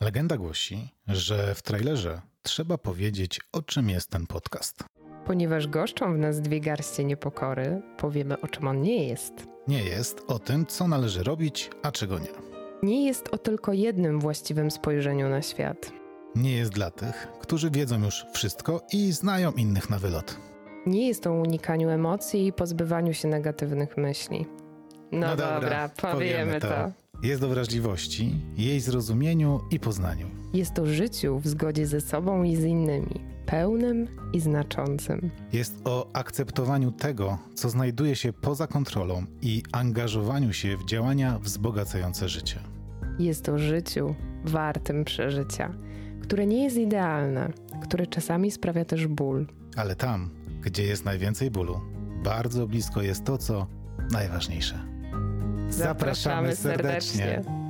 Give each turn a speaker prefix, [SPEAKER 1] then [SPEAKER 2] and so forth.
[SPEAKER 1] Legenda głosi, że w trailerze trzeba powiedzieć, o czym jest ten podcast.
[SPEAKER 2] Ponieważ goszczą w nas dwie garstie niepokory, powiemy o czym on nie jest.
[SPEAKER 1] Nie jest o tym, co należy robić, a czego nie.
[SPEAKER 2] Nie jest o tylko jednym właściwym spojrzeniu na świat.
[SPEAKER 1] Nie jest dla tych, którzy wiedzą już wszystko i znają innych na wylot.
[SPEAKER 2] Nie jest o unikaniu emocji i pozbywaniu się negatywnych myśli. No, dobra, powiemy to.
[SPEAKER 1] Jest o wrażliwości, jej zrozumieniu i poznaniu.
[SPEAKER 2] Jest o życiu w zgodzie ze sobą i z innymi, pełnym i znaczącym.
[SPEAKER 1] Jest o akceptowaniu tego, co znajduje się poza kontrolą i angażowaniu się w działania wzbogacające życie.
[SPEAKER 2] Jest o życiu wartym przeżycia, które nie jest idealne, które czasami sprawia też ból.
[SPEAKER 1] Ale tam, gdzie jest najwięcej bólu, bardzo blisko jest to, co najważniejsze.
[SPEAKER 2] Zapraszamy serdecznie.